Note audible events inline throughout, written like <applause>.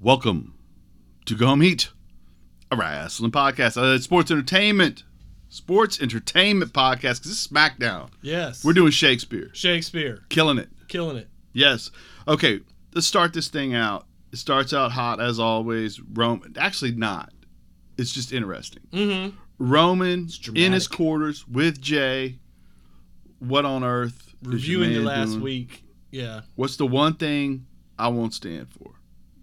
Welcome to Go Home Heat, a wrestling podcast, a sports entertainment, sports entertainment podcast. 'cause this is SmackDown. Yes. We're doing Shakespeare, Shakespeare. killing it. Killing it. Yes. Okay, let's start this thing out. It starts out hot as always. Roman, actually not. It's just interesting. Mm-hmm. Roman dramatic. in his quarters with Jay. What on earth? is your Reviewing the man last doing? week. Yeah. What's the one thing I won't stand for?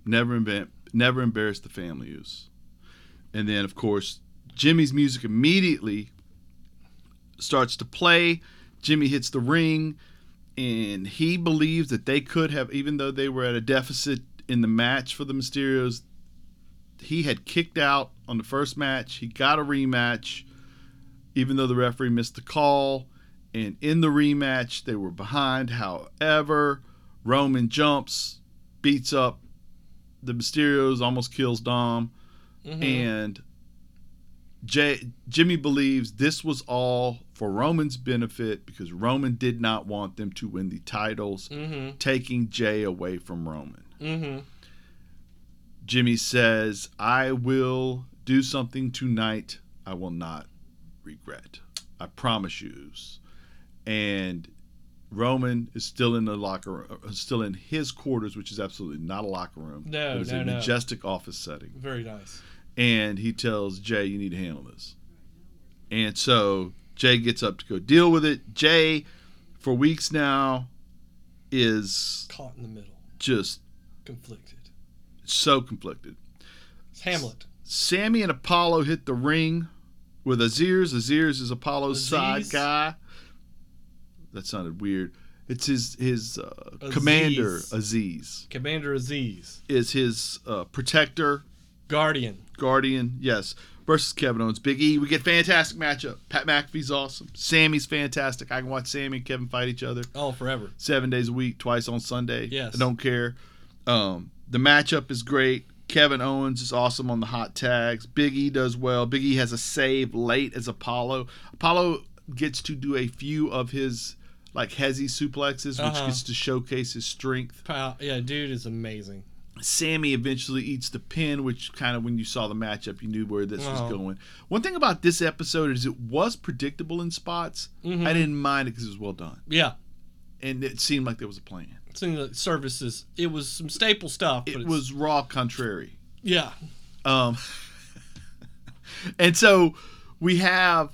Never invent, never embarrass the family use. And then of course, Jimmy's music immediately starts to play. Jimmy hits the ring and he believes that they could have even though they were at a deficit in the match for the Mysterios, he had kicked out on the first match. He got a rematch even though the referee missed the call. And in the rematch, they were behind. However, Roman jumps, beats up the Mysterios, almost kills Dom. Mhm. And J- Jimmy believes this was all for Roman's benefit because Roman did not want them to win the titles, Mm-hmm. taking Jay away from Roman. Mm-hmm. Jimmy says, I will do something tonight I will not regret. I promise you. And Roman is still in the locker room, uh, still in his quarters, which is absolutely not a locker room. No, it is no, a no. majestic office setting Very nice. and he tells Jay, "You need to handle this." And so Jay gets up to go deal with it. Jay, for weeks now, is Caught in the middle. just Conflicted. so conflicted. It's Hamlet. Sammy and Apollo hit the ring with Aziz. Aziz is Apollo's side Aziz? guy. That sounded weird. It's his his uh, commander. Aziz Commander Aziz. is his uh, protector. Guardian. Guardian, yes, versus Kevin Owens. Big E, we get fantastic matchup. Pat McAfee's awesome. Sammy's fantastic. I can watch Sammy and Kevin fight each other Oh, forever. seven days a week, twice on Sunday. Yes. I don't care. Um, the matchup is great. Kevin Owens is awesome on the hot tags. Big E does well. Big E has a save late as Apollo. Apollo gets to do a few of his like hezzy suplexes, which Uh-huh. gets to showcase his strength. Pow. Yeah, dude is amazing. Sammy eventually eats the pin, which kind of when you saw the matchup, you knew where this Wow. was going. One thing about this episode is it was predictable in spots. Mhm. I didn't mind it because it was well done, Yeah. and it seemed like there was a plan. It's in the services. It was some staple stuff. But It it's- was raw contrary, Yeah. um, <laughs> and so we have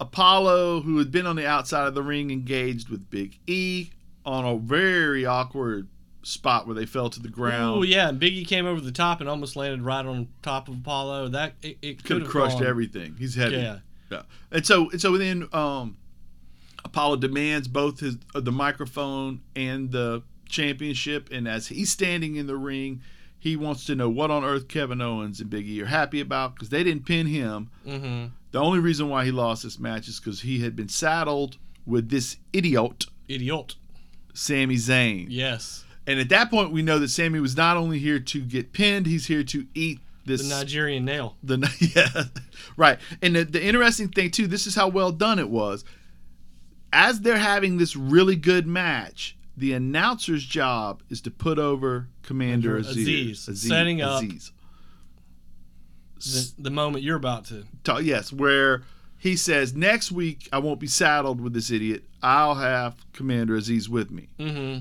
Apollo, who had been on the outside of the ring, engaged with Big E on a very awkward spot where they fell to the ground. Oh yeah, and Biggie came over the top and almost landed right on top of Apollo. That it, it could have crushed everything. He's heavy. Yeah. Yeah. And so and so then um Apollo demands both his uh, the microphone and the championship and as he's standing in the ring, he wants to know what on earth Kevin Owens and Big E are happy about cuz they didn't pin him. Mm-hmm. The only reason why he lost this match is cuz he had been saddled with this idiot Idiot. Sami Zayn. Yes. And at that point we know that Sammy was not only here to get pinned, he's here to eat The this Nigerian nail. the <laughs> yeah right and the, the interesting thing too this is how well done it was as they're having this really good match the announcer's job is to put over commander Commander aziz, Aziz, setting up- aziz. The, the moment you're about to. Ta- yes where he says next week i won't be saddled with this idiot i'll have commander aziz with me Mm-hmm.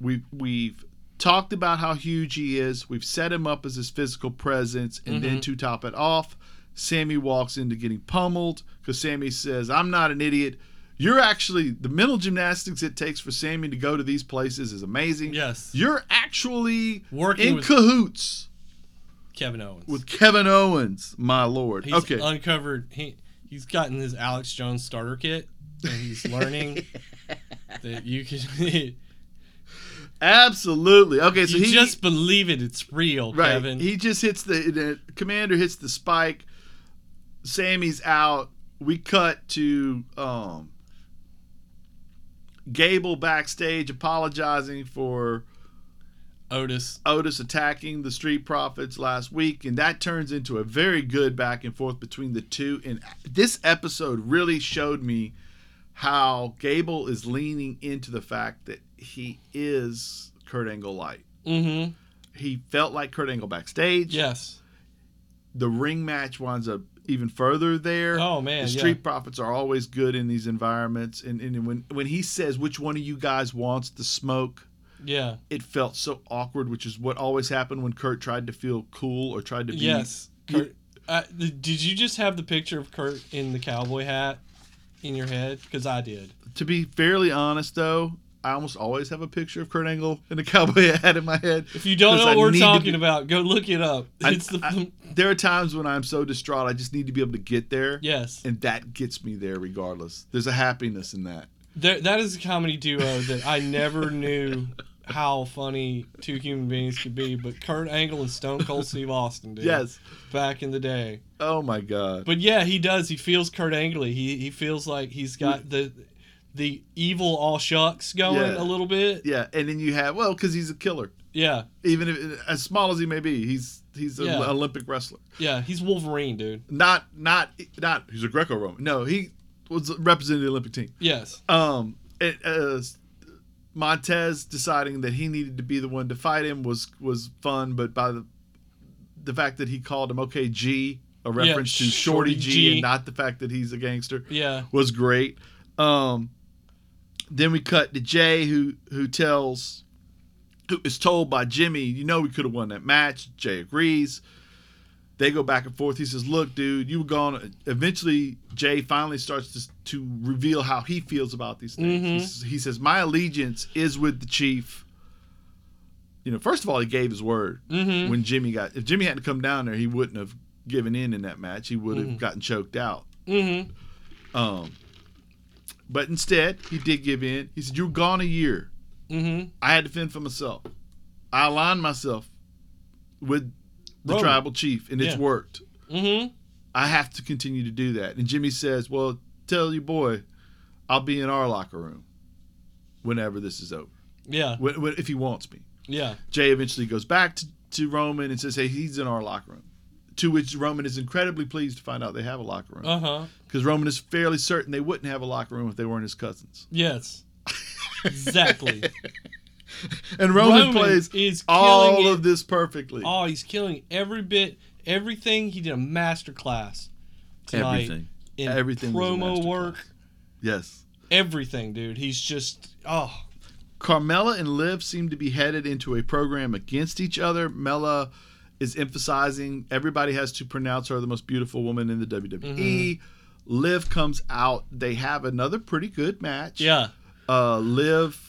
we've we've talked about how huge he is. We've set him up as his physical presence, and Mm-hmm. then to top it off, Sammy walks into getting pummeled because Sammy says, "I'm not an idiot." You're actually the mental gymnastics it takes for Sammy to go to these places is amazing. Yes. You're actually Working in with- cahoots Kevin Owens. with Kevin Owens, my lord. he's okay. uncovered. He he's gotten his Alex Jones starter kit, and <laughs> he's learning that you can. <laughs> Absolutely. Okay, so you he just believe it. It's real, Right. Kevin. He just hits the, the commander hits the spike. Sammy's out. We cut to um, Gable backstage apologizing for Otis. Otis attacking the Street Profits last week, and that turns into a very good back and forth between the two. And this episode really showed me how Gable is leaning into the fact that he is Kurt Angle light Mm-hmm. he felt like Kurt Angle backstage. Yes. The ring match winds up even further there. Oh man. the yeah. street profits are always good in these environments, and, and when when he says which one of you guys wants the smoke, Yeah. it felt so awkward, which is what always happened when Kurt tried to feel cool or tried to be. Yes. You- Kurt, uh, th- did you just have the picture of Kurt in the cowboy hat in your head? Because I did. To be fairly honest, though, I almost always have a picture of Kurt Angle in a cowboy <laughs> hat in my head. If you don't 'Cause know what I we're need to talking be- about, go look it up. I- It's the I- There are times when I'm so distraught, I just need to be able to get there, <laughs> yes. and that gets me there regardless. There's a happiness in that. There, that is a comedy duo that I never knew how funny two human beings could be, but Kurt Angle and Stone Cold Steve Austin did Yes. back in the day. Oh my God. But yeah, he does. He feels Kurt Angley. He he feels like he's got the the evil all shucks going Mm. Yeah. a little bit. Yeah, and then you have well, because he's a killer. Yeah, Even if as small as he may be, he's he's an Yeah. Olympic wrestler. yeah. He's Wolverine, dude. Not not not. He's a Greco-Roman. No, he was representing the Olympic team. Yes. Um, it, uh, Montez deciding that he needed to be the one to fight him was was fun, but by the the fact that he called him OK G, a reference to Shorty Shorty G, G. and not the fact that he's a gangster, Yeah. was great. Um, then we cut to Jay, who who tells, who is told by Jimmy, you know, we could have won that match. Jay agrees. They go back and forth. He says, "Look, dude, you were gone." Eventually, Jay finally starts to, to reveal how he feels about these things. He Mhm. s- He, says, "My allegiance is with the chief." You know, first of all, he gave his word Mm-hmm. when Jimmy got. If Jimmy hadn't come down there, he wouldn't have given in in that match. He would have Mhm. gotten choked out. Mm-hmm. Um, but instead, he did give in. He said, "You're gone a year. Mm-hmm. I had to fend for myself. I aligned myself with the Roman. tribal chief, and it's Yeah. worked. Mm-hmm. I have to continue to do that." And Jimmy says, "Well, tell your boy, I'll be in our locker room whenever this is over, Yeah. when, when, if he wants me." Yeah. Jay eventually goes back to, to Roman and says, "Hey, he's in our locker room." To which Roman is incredibly pleased to find out they have a locker room Uh-huh. because Roman is fairly certain they wouldn't have a locker room if they weren't his cousins. Yes. Exactly. And Roman, plays is all killing of it. this perfectly. Oh, he's killing every bit, everything. He did a master class tonight Everything. in Everything was a promo masterclass. work. Yes. Everything, dude. He's just oh Carmella and Liv seem to be headed into a program against each other. Mella is emphasizing everybody has to pronounce her the most beautiful woman in the WWE. Mm-hmm. Liv comes out. They have another pretty good match. yeah. Uh, Liv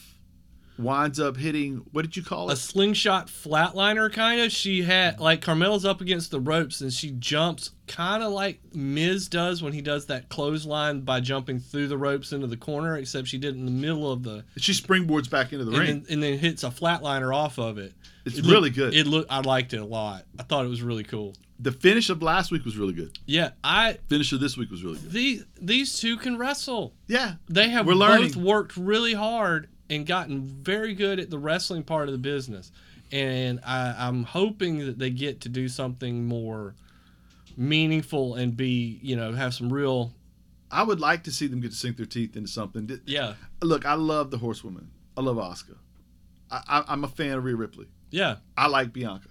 winds up hitting, what did you call a it? slingshot flatliner kind of. She had like Carmella's up against the ropes and she jumps kind of like Miz does when he does that clothesline by jumping through the ropes into the corner, except she did it in the middle of the she springboards back into the and ring. then, and then hits a flatliner off of it. it's It looked- really good. It looked I liked it a lot. I thought it was really cool. the finish of last week was really good. Yeah, I Finish of this week was really good. these these two can wrestle. Yeah. They have We're both learning. worked really hard and gotten very good at the wrestling part of the business. And I, I'm hoping that they get to do something more meaningful and be, you know, have some real. I would like to see them get to sink their teeth into something. Did- Yeah. Look, I love the horsewoman. I love Oscar. I, I, I'm a fan of Rhea Ripley. Yeah. I like Bianca,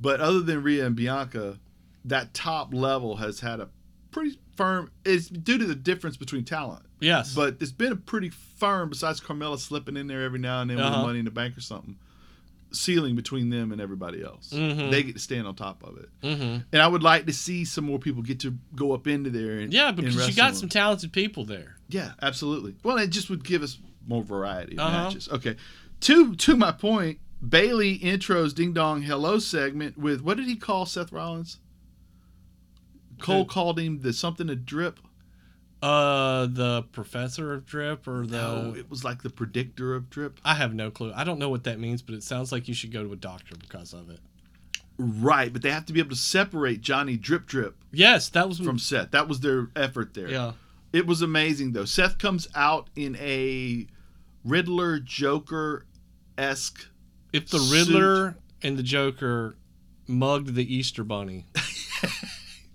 but other than Rhea and Bianca, that top level has had a pretty firm. It's due to the difference between talent, Yes. but it's been a pretty firm. Besides Carmella slipping in there every now and then with Uh-huh. the Money in the Bank or something, ceiling between them and everybody else. Mhm. They get to stand on top of it, hmm and I would like to see some more people get to go up into there. And Yeah, and because you wrestle got them. some talented people there. Yeah, absolutely. Well, it just would give us more variety of Uh-huh. matches. Okay. To to my point, Bailey intros Ding Dong Hello segment with what did he call Seth Rollins? Cole Who? called him the something to drip. Uh, the professor of drip or the. No, Oh, it was like the predictor of drip. I have no clue. I don't know what that means, but it sounds like you should go to a doctor because of it. Right, but they have to be able to separate Johnny Drip Drip Yes, that was from Seth. That was their effort there. Yeah. It was amazing though. Seth comes out in a Riddler Joker esque If the suit. Riddler and the Joker mugged the Easter Bunny,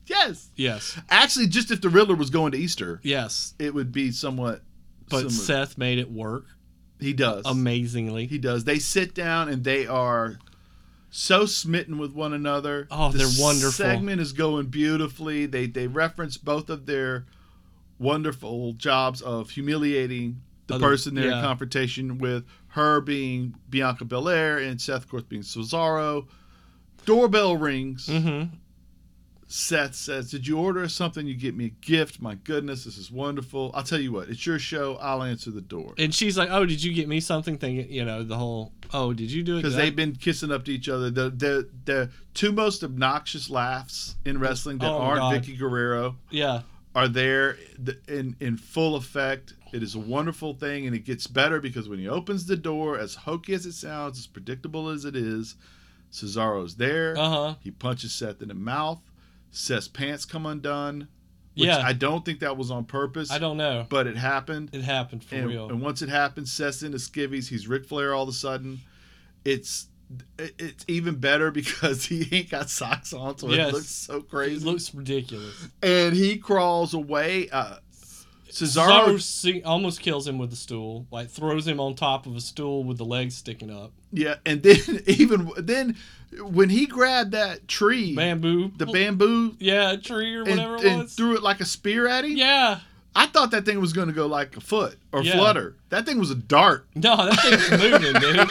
Yes. yes, Actually, just if the Riddler was going to Easter, yes, it would be somewhat but similar. Seth made it work he does amazingly. he does they sit down and they are so smitten with one another. Oh, The they're wonderful. Segment is going beautifully. They they reference both of their wonderful jobs of humiliating the Other- person they're yeah. in confrontation with. Her being Bianca Belair and Seth, of course, being Cesaro. Doorbell rings. Mm-hmm. Seth says, "Did you order something? You get me a gift. My goodness, this is wonderful. I'll tell you what. It's your show. I'll answer the door." And she's like, "Oh, did you get me something?" Thinking, you know, the whole, "Oh, did you do it?" because Did I-" they've been kissing up to each other. The the the two most obnoxious laughs in wrestling that Oh, aren't God. Vicky Guerrero yeah, are there th- in in full effect. It is a wonderful thing, and it gets better because when he opens the door, as hokey as it sounds, as predictable as it is, Cesaro's there. uh huh, He punches Seth in the mouth. Seth's pants come undone, which yeah. I don't think that was on purpose, I, don't know. but it happened. It happened for And, real. and once it happens, Seth's into skivvies. He's Ric Flair all of a sudden. It's it- it's even better <laughs> because he ain't got socks on, so Yes. it looks so it crazy. looks ridiculous. and he crawls away. Uh, Cesaro Cesaro, se- almost kills him with the stool, like throws him on top of a stool with the legs sticking up. <laughs> yeah, and then <laughs> even then, when he grabbed that tree, Bamboo. the bamboo, Yeah, tree or and, whatever it and was. threw it like a spear at him, yeah. I thought that thing was going to go like a foot or Yeah. flutter. That thing was a dart. No, that thing's moving, dude.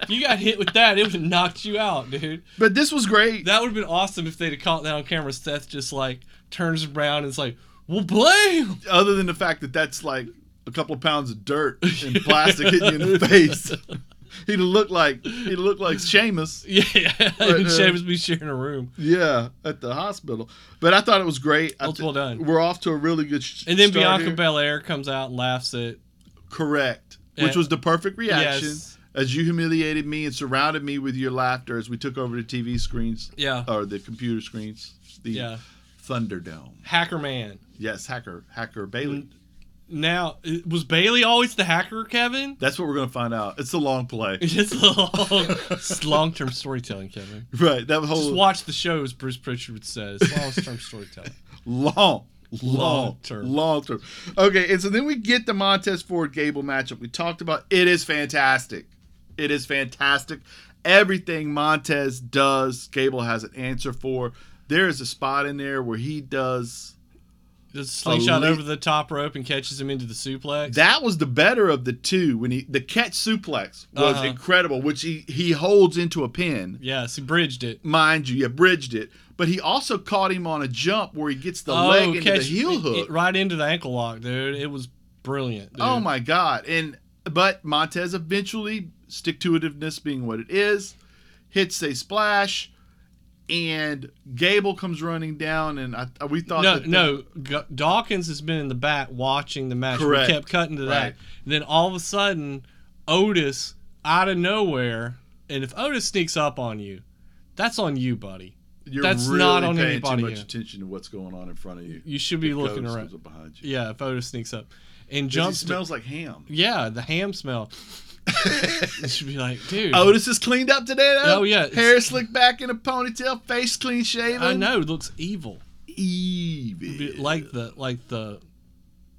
If you got hit with that, it would have knocked you out, dude. But this was great. That would have been awesome if they'd have caught that on camera. Seth just like turns around and is like, "Well, blame." <laughs> other than the fact that that's like a couple of pounds of <laughs> dirt and plastic hitting you in the face, <laughs> he'd look like he'd look like Seamus. Yeah, and uh, Sheamus be sharing a room. Yeah, at the hospital. But I thought it was great. I Well, it's well done. We're off to a really good. Sh- And then start Bianca here. Belair comes out and laughs at correct, which Yeah. was the perfect reaction Yes. as you humiliated me and surrounded me with your laughter as we took over the TV screens yeah, or the computer screens. The yeah, Thunderdome. Hacker Man. Yes, hacker, hacker Bailey. Mm-hmm. Now i- was Bailey always the hacker, Kevin? <laughs> That's what we're gonna find out. It's a long play, It's a long, long term storytelling, Kevin. right? That Just whole watch the shows, Bruce Pritchard says. Long term storytelling. long, Long long term. term, long term. Okay, and so then we get the Montez Ford Gable matchup we talked about. It is fantastic. It is fantastic. Everything Montez does, Gable has an answer for. There is a spot in there where he does. Does slingshot Elite. over the top rope and catches him into the suplex. That was the better of the two when he the catch suplex was Uh-huh. incredible, which he he holds into a pin. yes, he bridged it. Mind you, yeah, bridged it, but he also caught him on a jump where he gets the Oh, leg into the catch- heel it- hook. it- right into the ankle lock, dude. It was brilliant. dude. Oh my god! And but Montez eventually, stick to itiveness being what it is, hits a splash, and Gable comes running down, and I, we thought No, that the- no. G- Dawkins has been in the back watching the match. Correct. We kept cutting to that. Right. And then all of a sudden, Otis out of nowhere. And if Otis sneaks up on you, that's on you, buddy. you're that's really not on paying anybody too much here. attention to what's going on in front of you. You should be looking Ghost around. comes up behind you. Yeah, if Otis sneaks up and 'Cause He jumps. to- smells like <laughs> ham. <laughs> yeah, the ham smell. You should be like, dude. Otis is cleaned up today. Though. Oh, yeah. hair slicked back in a ponytail, face clean shaven. I know. It looks evil. Be- Evie. like the like the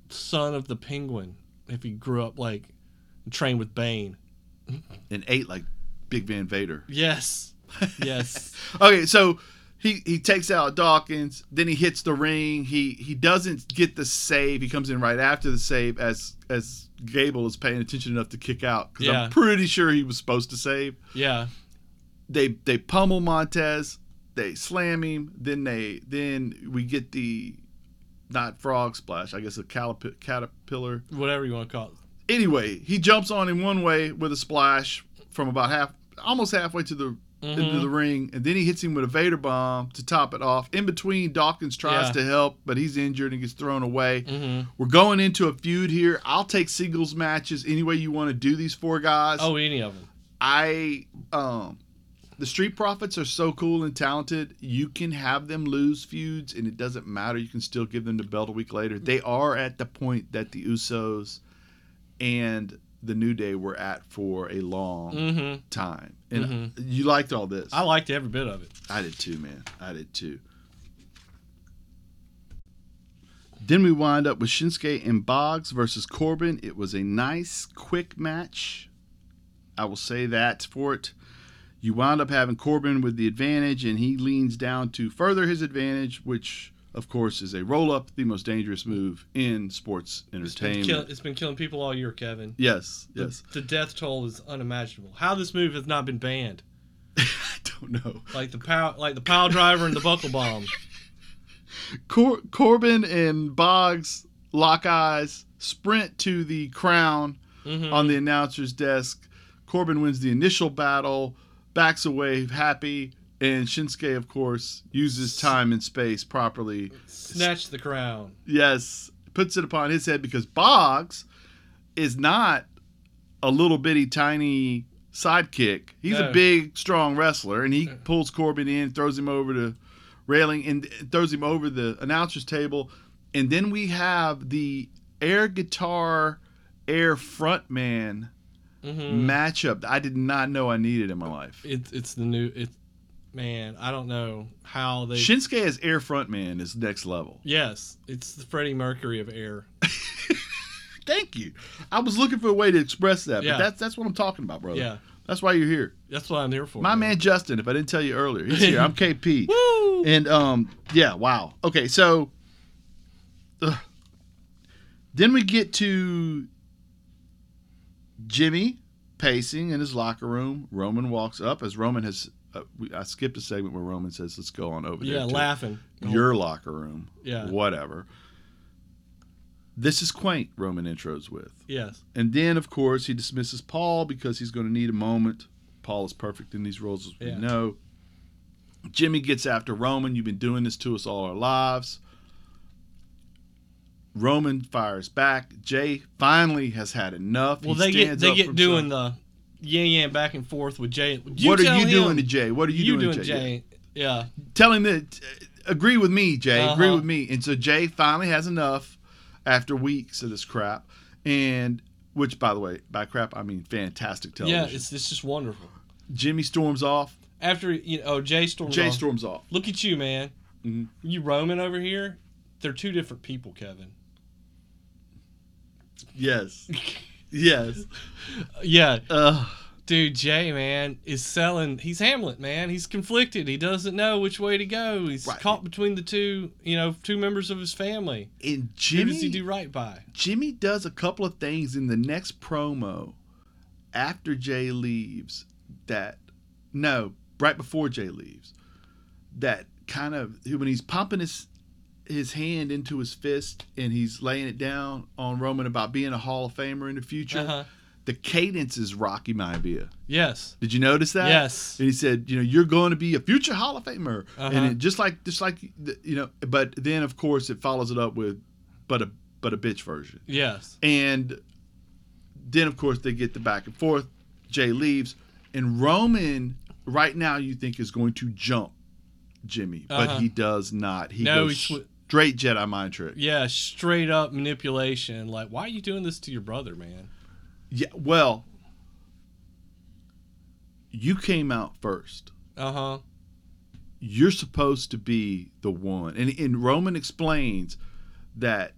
son of the penguin if he grew up like trained with Bane. and ate like Big Van Vader. Yes. <laughs> Yes. Okay, so he he takes out Dawkins, then he hits the ring. He he doesn't get the save. He comes in right after the save as as Gable is paying attention enough to kick out because Yeah. I'm pretty sure he was supposed to save. yeah. They they pummel Montez, they slam him, then they then we get the not frog splash, I guess a calip- caterpillar. Whatever you want to call it. Anyway, he jumps on him one way with a splash from about half almost halfway to the into Mhm. the ring, and then he hits him with a Vader bomb to top it off. In between, Dawkins tries Yeah. to help, but he's injured and gets thrown away. Mhm. We're going into a feud here. I'll take singles matches any way you want to do these four guys. Oh, any of them. I um the Street Profits are so cool and talented. You can have them lose feuds and it doesn't matter. You can still give them the belt a week later. They are at the point that the Usos and the New Day were at for a long Mhm. time. And you liked all this. I liked every bit of it. I did too, man. I did too. Then we wind up with Shinsuke and Boggs versus Corbin. It was a nice, quick match. I will say that for it. You wind up having Corbin with the advantage, and he leans down to further his advantage, which, of course, is a roll up, the most dangerous move in sports Been entertainment. kill, it's been killing people all year, Kevin. yes, yes. <laughs> The death toll is unimaginable. How this move has not been banned, I don't know. like the pow, like the pile driver and the buckle bomb. Cor- Corbin and Boggs lock eyes, sprint to the crown Mhm. on the announcer's desk. Corbin wins the initial battle, backs away happy, and Shinsuke, of course, uses time and space properly. Snatch the crown. Yes, puts it upon his head because Boggs is not a little bitty tiny sidekick. He's No. a big, strong wrestler, and he pulls Corbin in, throws him over the railing, and throws him over the announcer's table. And then we have the air guitar, air frontman Mhm. matchup that I did not know I needed in my life. It's it's the new. It's man, I don't know how they. Shinsuke as air frontman is next level. Yes, it's the Freddie Mercury of air. Thank you. I was looking for a way to express that, Yeah. but that's that's what I'm talking about, brother. Yeah, That's why you're here. that's what I'm here for. My man Justin, if I didn't tell you earlier, he's here. <laughs> I'm KP. Woo! And um yeah, wow. Okay, so ugh. then we get to Jimmy pacing in his locker room. Roman walks up as Roman has uh, we, I skipped a segment where Roman says, "Let's go on over yeah, there." to laughing. Your locker room. Yeah. Whatever. This is quaint Roman intros with. Yes. And then, of course, he dismisses Paul because he's going to need a moment. Paul is perfect in these roles, as we Yeah. know. Jimmy gets after Roman. You've been doing this to us all our lives. Roman fires back. Jay finally has had enough. Well, He they get stands they up for get doing himself. the yin yang back and forth with Jay. what are tell you him, doing to Jay? What are you, You, doing, doing to Jay? Jay? Yeah. Tell him that. uh, Agree with me, Jay. Agree Uh-huh. with me. And so Jay finally has enough after weeks of this crap. And which, by the way, by crap I mean fantastic television. Yeah, it's it's just wonderful. Jimmy storms off. After you know, oh, Jay storms. Jay off. storms off. Look at you, man. Mhm. You roaming over here. They're two different people, Kevin. <laughs> Yes. yes. Yeah, Uh, dude, Jay, man, is selling. He's Hamlet, man. He's conflicted. He doesn't know which way to go. He's Right. caught between the two, you know, two members of his family. and Who Jimmy does he do right by? Jimmy does a couple of things in the next promo after Jay leaves that no, right before Jay leaves. That kind of when he's pumping his his hand into his fist and he's laying it down on Roman about being a Hall of Famer in the future. Uh-huh. The cadence is Rocky Maivia. Yes. Did you notice that? Yes. And he said, you know, you're going to be a future Hall of Famer, and Uh-huh. it, just like just like the- you know, but then of course it follows it up with, but a but a bitch version, Yes. and then of course they get the back and forth. Jay leaves, and Roman right now you think is going to jump Jimmy, Uh-huh. but he does not. He No, goes he swi- straight Jedi mind trick. Yeah, straight up manipulation. Like, why are you doing this to your brother, man? Yeah, well, you came out first. Uh huh. you're supposed to be the one. And, and Roman explains that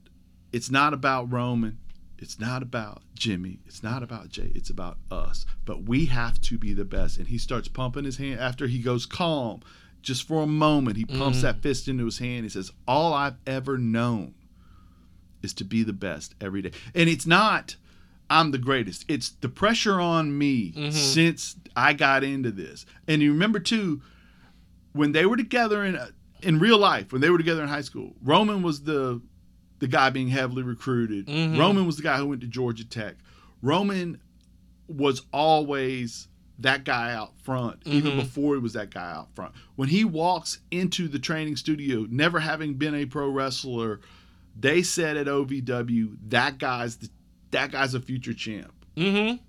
it's not about Roman, it's not about Jimmy, it's not about Jay, it's about us. But we have to be the best. And he starts pumping his hand after he goes calm. Just for a moment, he pumps that fist into his hand. He says, All I've ever known is to be the best every day. And it's not I'm the greatest. It's the pressure on me since I got into this. And you remember too when they were together in uh, in real life, when they were together in high school, Roman was the the guy being heavily recruited. Mhm. Roman was the guy who went to Georgia Tech. Roman was always that guy out front, even before he was that guy out front. When he walks into the training studio, never having been a pro wrestler, they said at OVW that guy's the, that guy's a future champ. Mm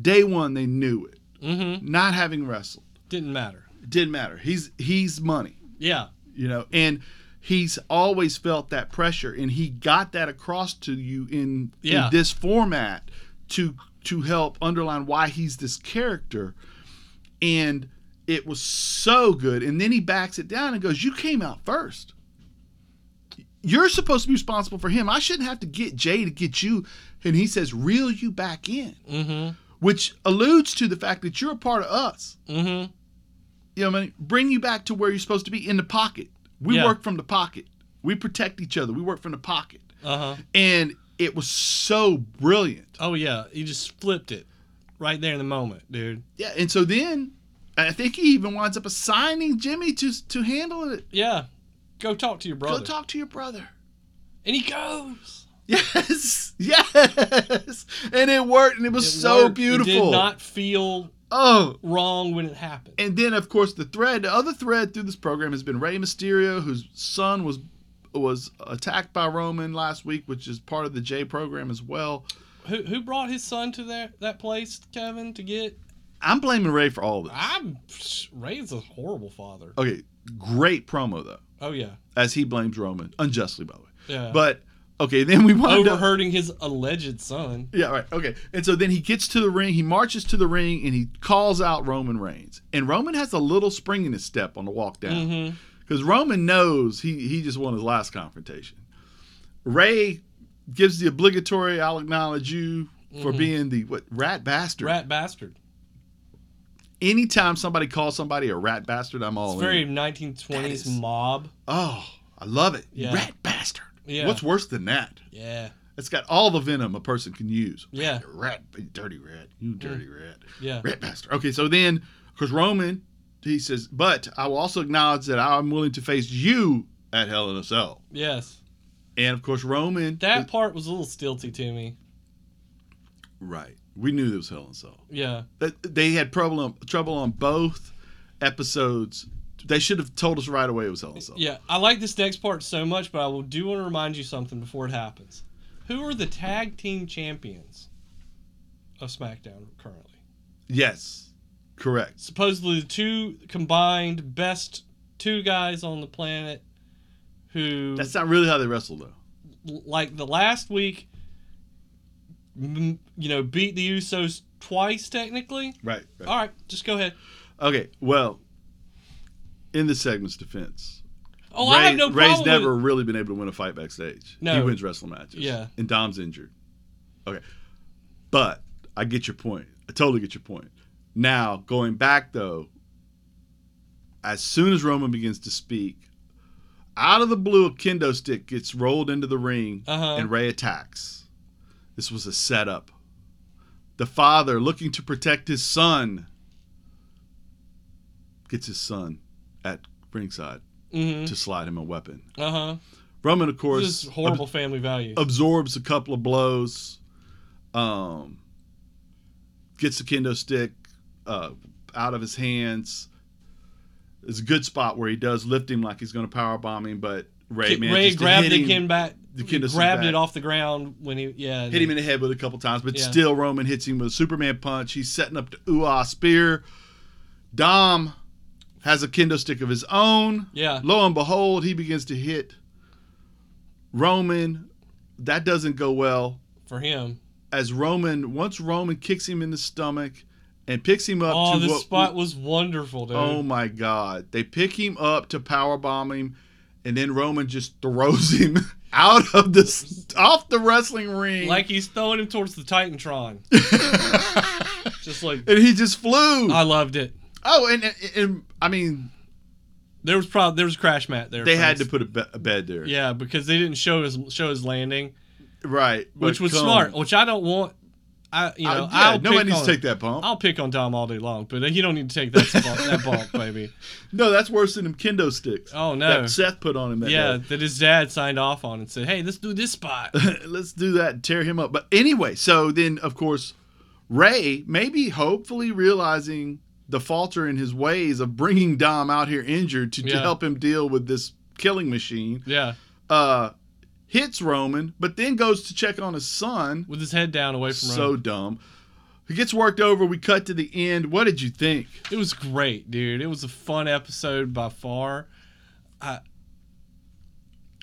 Day one, they knew it. hmm. Mm hmm. Not having wrestled Didn't matter. didn't matter. He's he's money Yeah. you know and he's always felt that pressure and he got that across to you in, Yeah. in this format to to help underline why he's this character and it was so good and then he backs it down and goes you came out first you're supposed to be responsible for him i shouldn't have to get jay to get you and he says reel you back in Mm which alludes to the fact that you're a part of us hmm. Mm hmm. you know, what I mean? bring you back to where you're supposed to be in the pocket. We Yeah. work from the pocket. We protect each other. We work from the pocket. Uh huh. And it was so brilliant. Oh yeah, you just flipped it right there in the moment, dude. Yeah. And so then I think he even winds up assigning Jimmy to to handle it. Yeah, go talk to your brother. Go talk to your brother. <laughs> and he goes. Yes. Yes. And it worked and it was It so worked. beautiful. It did not feel oh. wrong when it happened. And then, of course, the thread, the other thread through this program has been Rey Mysterio, whose son was was attacked by Roman last week, which is part of the J program as well. who who brought his son to that that place, Kevin, to get? I'm blaming Ray for all of this. I'm Ray's a horrible father. Okay, great promo though, Oh yeah, as he blames Roman unjustly, by the way. yeah. But okay, then we wind up. overhurting his alleged son. Yeah, right. Okay. And so then he gets to the ring, he marches to the ring, and he calls out Roman Reigns. And Roman has a little spring in his step on the walk down. Mm-hmm. Because Roman knows he, he just won his last confrontation. Ray gives the obligatory I'll acknowledge you for Mhm. being the what rat bastard. Rat bastard. Anytime somebody calls somebody a rat bastard, I'm all It's very in. 1920s Oh, is- mob. Oh, I love it. Yeah. Rat bastard. Yeah. What's worse than that? Yeah, It's got all the venom a person can use. yeah, Mm. Rat, dirty rat, you dirty rat. yeah. Rat bastard. Okay, so then, because Roman, he says, but I will also acknowledge that I'm willing to face you at Hell in a Cell. Yes, And of course, Roman. that part was a little stilty to me. right. We knew it was Hell in a Cell. Yeah, That- They had trouble on, trouble on both episodes. They should have told us right away it was Hell in a Cell. yeah. I like this next part so much, but I will do want to remind you something before it happens. Who are the tag team champions of SmackDown currently? Yes, correct. supposedly the two combined best two guys on the planet who That's not really how they wrestle, though. like the last week m- you know beat the usos twice technically Right. right. all right just go ahead Okay, well, in the segment's defense. oh i Ray- have no problem Ray's with- never really been able to win a fight backstage. No. He wins wrestling matches. Yeah. And Dom's injured. Okay. But I get your point. I totally get your point. Now, going back though, as soon as Roman begins to speak, out of the blue, a kendo stick gets rolled into the ring Uh-huh. and Ray attacks. This was a setup. The father, looking to protect his son, gets his son at ringside Mhm. to slide him a weapon. uh-huh Roman, of this course, Oh, is horrible family values ab- absorbs a couple of blows, um, gets the kendo stick uh, out of his hands. There's a good spot where he does lift him like he's going to power bomb him, but Ray, Ray, man, just to grabbed hit the him, kin back the he kid is grabbed back. it off the ground when he yeah hit him in the head with a couple times, but Yeah. still Roman hits him with a Superman punch. He's setting up the ooh spear. Dom has a kendo stick of his own. yeah Lo and behold, he begins to hit Roman. That doesn't go well. for him As Roman, once Roman kicks him in the stomach and picks him up oh to this what- spot was wonderful dude oh my God! They pick him up to power bomb him, and then Roman just throws him <laughs> out of the s- off the wrestling ring. <laughs> like he's throwing him towards the titantron just like and he just flew. I loved it. oh, and, and, and, I mean, There was probably there was a crash mat there. they had to folks. put a, be- a bed there. yeah, because they didn't show his show his landing, right. which but was come- smart. Which I don't want. I you I- know yeah, I'll pick nobody needs on, to take that pump. I'll pick on Dom all day long, but you don't need <laughs> to take that bump, that bump, baby. no, that's worse than them kendo sticks. Oh no. that Seth put on him. That yeah, day. <laughs> that his dad signed off on and said, "Hey, let's do this spot." let's do that and tear him up. But anyway, so then of course, Ray maybe hopefully realizing the falter in his ways of bringing Dom out here injured to, to Yeah. help him deal with this killing machine, Yeah, uh, hits Roman, but then goes to check on his son. with his head down away from So Roman. dumb. He gets worked over. We cut to the end. What did you think? It was great, dude. It was a fun episode by far. I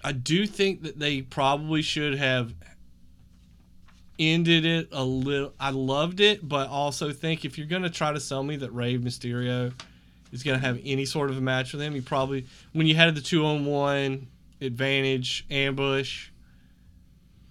I do think that they probably should have ended it a little. I loved it, but also think if you're gonna try to sell me that Rave Mysterio is gonna have any sort of a match with him, you probably when you had the two on one advantage ambush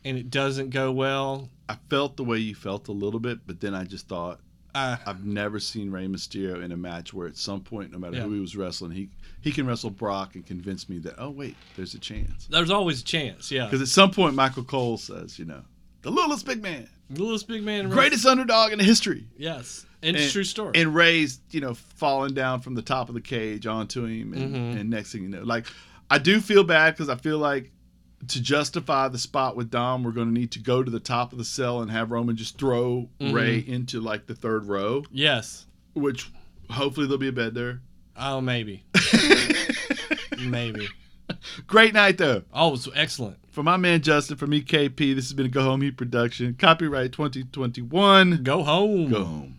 and it doesn't go well. I felt the way you felt a little bit, but then I just thought I, I've never seen Rey Mysterio in a match where at some point, no matter Yeah. who he was wrestling, he he can wrestle Brock and convince me that oh wait, there's a chance. there's always a chance. Yeah. Because at some point, Michael Cole says, you know, the littlest big man, The littlest big man. greatest underdog in history, Yes. And, And- it's a true story. and Ray's you know falling down from the top of the cage onto him, and, Mhm. and next thing you know, like I do feel bad because I feel like. To justify the spot with Dom, we're going to need to go to the top of the cell and have Roman just throw Mm-hmm. Ray into like the third row, yes. which hopefully there'll be a bed there. Oh, maybe. maybe. <laughs> Great night though. Oh, it's excellent. For my man Justin from EKP, this has been a Go Home Heat production. Copyright 2021. Go home. Go home.